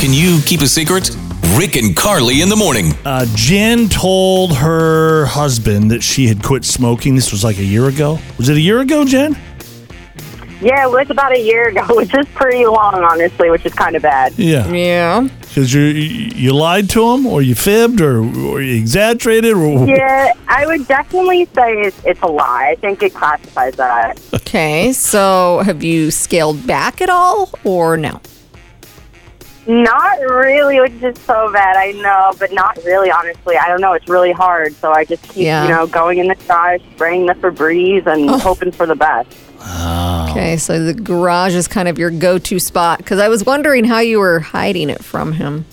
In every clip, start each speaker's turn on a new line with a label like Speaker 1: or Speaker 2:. Speaker 1: Can you keep a secret? Rick and Carly in the morning.
Speaker 2: Uh, Jen told her husband that she had quit smoking. This was like a year ago. Was it a year ago, Jen?
Speaker 3: Yeah, it was about a year ago, which is pretty long, honestly, which is kind of bad.
Speaker 2: Yeah,
Speaker 4: Yeah.
Speaker 2: because you you lied to him, or you fibbed, or, or you exaggerated. Or,
Speaker 3: Yeah, I would definitely say it's, it's a lie. I think it classifies that.
Speaker 4: Okay. So have you scaled back at all or no?
Speaker 3: Not really, which is so bad, I know, but not really, honestly. I don't know. It's really hard, so I just keep,
Speaker 4: Yeah.
Speaker 3: you know, going in the garage, spraying the Febreze, and hoping for the best.
Speaker 4: Okay. So the garage is kind of your go to spot because I was wondering how you were hiding it from him.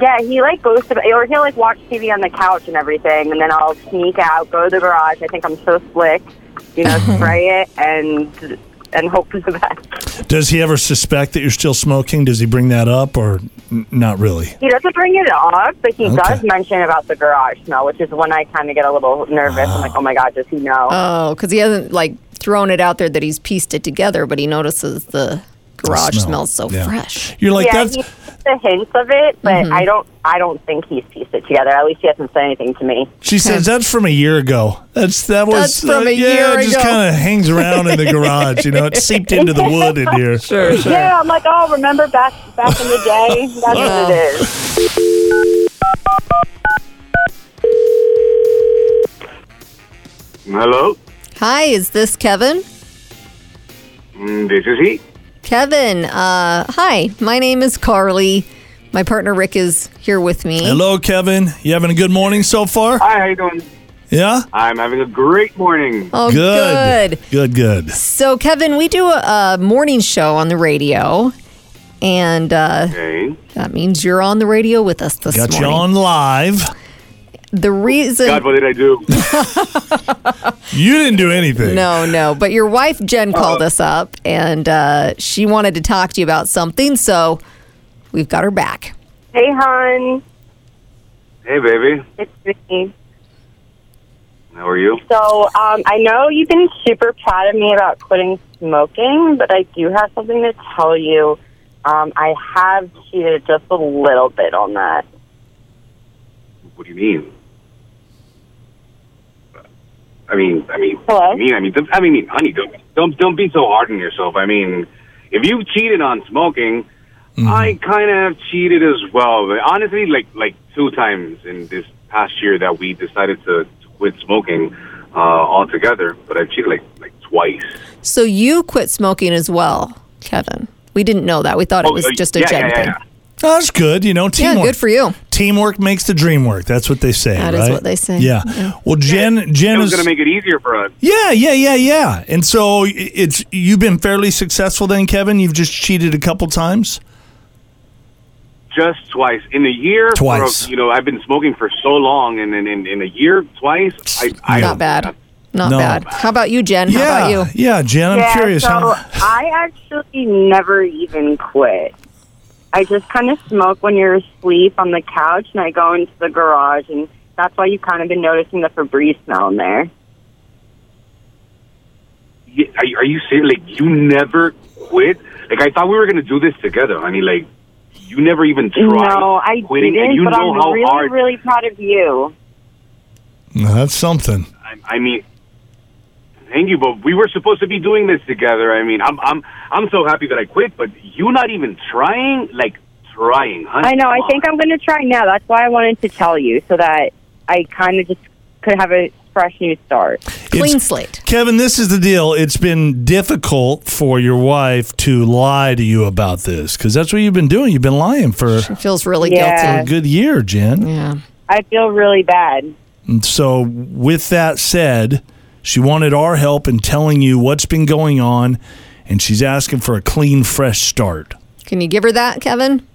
Speaker 3: Yeah, he like goes to, or he'll like watch TV on the couch and everything, and then I'll sneak out, go to the garage. I think I'm so slick, you know, spray it and and hope for the best.
Speaker 2: Does he ever suspect that you're still smoking? Does he bring that up, or n- not really?
Speaker 3: He doesn't bring it up, but he
Speaker 2: Okay.
Speaker 3: does mention about the garage smell, which is when I kind of get a little nervous. I'm like, oh my god, does he know?
Speaker 4: Oh, because he hasn't like thrown it out there that he's pieced it together, but he notices the garage
Speaker 2: Smell.
Speaker 4: smells so
Speaker 2: Yeah.
Speaker 4: fresh.
Speaker 2: You're like
Speaker 3: yeah,
Speaker 2: that's
Speaker 3: he the hints of it, but I don't. I don't think he's pieced it together. At least he hasn't said anything to me.
Speaker 2: She says that's from a year ago. That's that was
Speaker 4: That's from a
Speaker 2: yeah,
Speaker 4: year
Speaker 2: it just
Speaker 4: ago.
Speaker 2: kind of hangs around in the garage. You know, it seeped into the wood in here. Sure,
Speaker 3: Yeah, I'm like, oh, remember back back in the day? That's what it is.
Speaker 5: Hello,
Speaker 4: Hi, is this Kevin?
Speaker 5: Mm, this is he.
Speaker 4: Kevin, uh, hi, my name is Carly. My partner Rick is here with me.
Speaker 2: Hello, Kevin. You having a good morning so far?
Speaker 4: Uh,
Speaker 5: Hi, how you doing?
Speaker 2: Yeah.
Speaker 5: I'm having a great morning.
Speaker 4: Oh,
Speaker 2: good.
Speaker 4: good.
Speaker 2: Good. Good.
Speaker 4: So, Kevin, we do a, a morning show on the radio, and uh,
Speaker 5: Okay.
Speaker 4: that means you're on the radio with us this
Speaker 2: Got you
Speaker 4: morning.
Speaker 2: on live.
Speaker 4: The reason.
Speaker 5: God, what did I do?
Speaker 2: You didn't do anything.
Speaker 4: No, no. But your wife Jen
Speaker 5: Uh-huh.
Speaker 4: called us up, and uh, she wanted to talk to you about something, so we've got her back.
Speaker 3: Hey, hon,
Speaker 5: hey, baby.
Speaker 3: it's me.
Speaker 5: How are you?
Speaker 3: So um, I know you've been super proud of me about quitting smoking, but I do have something to tell you. Um, I have cheated just a little bit on that.
Speaker 5: What do you mean? I mean, I mean,
Speaker 3: Hello?
Speaker 5: I mean, I mean, don't- I mean, honey, don't, don't, don't be so hard on yourself. I mean, if you cheated on smoking, I kind of cheated as well. But honestly, like, like two times in this past year that we decided to, to quit smoking uh, altogether. But I cheated like, like twice.
Speaker 4: So you quit smoking as well, Kevin. We didn't know that. We thought it was
Speaker 5: uh,
Speaker 4: just a
Speaker 5: yeah,
Speaker 4: Jen
Speaker 5: yeah, yeah,
Speaker 4: thing.
Speaker 5: yeah.
Speaker 2: Oh, that's good. You know,
Speaker 4: Yeah,
Speaker 2: teamwork.
Speaker 4: good for you.
Speaker 2: Teamwork makes the dream work. That's what they say.
Speaker 4: That is
Speaker 2: right?
Speaker 4: what they say.
Speaker 2: Yeah.
Speaker 4: Yeah.
Speaker 2: Well, Jen. Jen
Speaker 5: It was
Speaker 2: is.
Speaker 5: going to make it easier for us.
Speaker 2: yeah. Yeah. Yeah. Yeah. And so i- it's you've been fairly successful then, Kevin. You've just cheated a couple times.
Speaker 5: Just twice in a year. for a-
Speaker 2: Twice.
Speaker 5: you know, I've been smoking for so long, and in in, in a year, twice. I, I
Speaker 4: Not bad. Not
Speaker 2: No.
Speaker 4: bad. How about you, Jen? How
Speaker 2: yeah.
Speaker 4: about you?
Speaker 2: Yeah, Jen. I'm
Speaker 3: yeah,
Speaker 2: curious.
Speaker 3: so
Speaker 2: how-
Speaker 3: I actually never even quit. I just kind of smoke when you're asleep on the couch, and I go into the garage, and that's why you've kind of been noticing the Febreze smell in there.
Speaker 5: Yeah, Are, are you serious? Like you never quit? Like I thought we were going to do this together, honey. Like you never even tried.
Speaker 3: No, I
Speaker 5: quitting,
Speaker 3: didn't,
Speaker 5: and you
Speaker 3: but
Speaker 5: know
Speaker 3: I'm
Speaker 5: how
Speaker 3: really,
Speaker 5: hard.
Speaker 3: really proud of you.
Speaker 2: No, that's something.
Speaker 5: I, I mean, thank you, but we were supposed to be doing this together. I mean, I'm I'm I'm so happy that I quit, but you not even trying. Like trying, honey.
Speaker 3: I know. I
Speaker 5: Come
Speaker 3: think
Speaker 5: on.
Speaker 3: I'm going to try now. That's why I wanted to tell you so that I kind of just could have a fresh new start.
Speaker 4: Clean
Speaker 2: It's-
Speaker 4: slate.
Speaker 2: Kevin, this is the deal. It's been difficult for your wife to lie to you about this because that's what you've been doing. You've been lying for
Speaker 4: Feels really
Speaker 2: a
Speaker 3: Yeah.
Speaker 4: guilty.
Speaker 2: good year, Jen.
Speaker 4: Yeah.
Speaker 3: I feel really bad.
Speaker 2: And so, with that said, she wanted our help in telling you what's been going on, and she's asking for a clean, fresh start.
Speaker 4: Can you give her that, Kevin?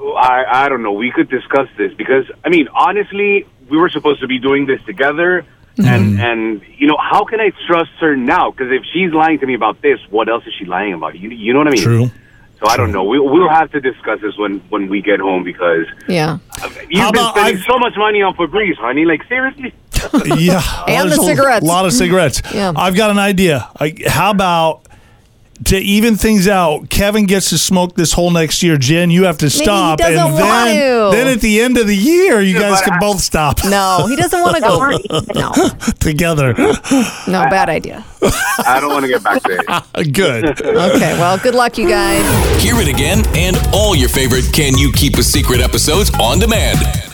Speaker 5: I, I don't know. We could discuss this because I mean, honestly, we were supposed to be doing this together,
Speaker 2: Mm-hmm.
Speaker 5: and and you know, how can I trust her now? Because if she's lying to me about this, what else is she lying about? You you know what I mean?
Speaker 2: True.
Speaker 5: So I don't know. We, we'll have to discuss this when when we get home because
Speaker 4: Yeah.
Speaker 5: you've
Speaker 2: How
Speaker 5: been
Speaker 2: about
Speaker 5: spending
Speaker 2: I-
Speaker 5: so much money on Febreze, honey. Like seriously,
Speaker 2: yeah,
Speaker 4: And
Speaker 2: there's
Speaker 4: the
Speaker 2: a
Speaker 4: cigarettes.
Speaker 2: lot of cigarettes.
Speaker 4: Yeah.
Speaker 2: I've got an idea. I, how about to even things out, Kevin gets to smoke this whole next year. Jen, you have to stop,
Speaker 4: doesn't
Speaker 2: and then
Speaker 4: want to.
Speaker 2: then at the end of the year, you
Speaker 5: Yeah,
Speaker 2: guys
Speaker 5: but
Speaker 2: can
Speaker 5: I-
Speaker 2: both stop
Speaker 4: No, he doesn't want to go. No,
Speaker 2: together.
Speaker 4: no, bad idea.
Speaker 5: I don't want to get back to it.
Speaker 2: Good.
Speaker 4: Okay, well, good luck, you guys.
Speaker 1: Hear it again and all your favorite Can You Keep a Secret episodes on demand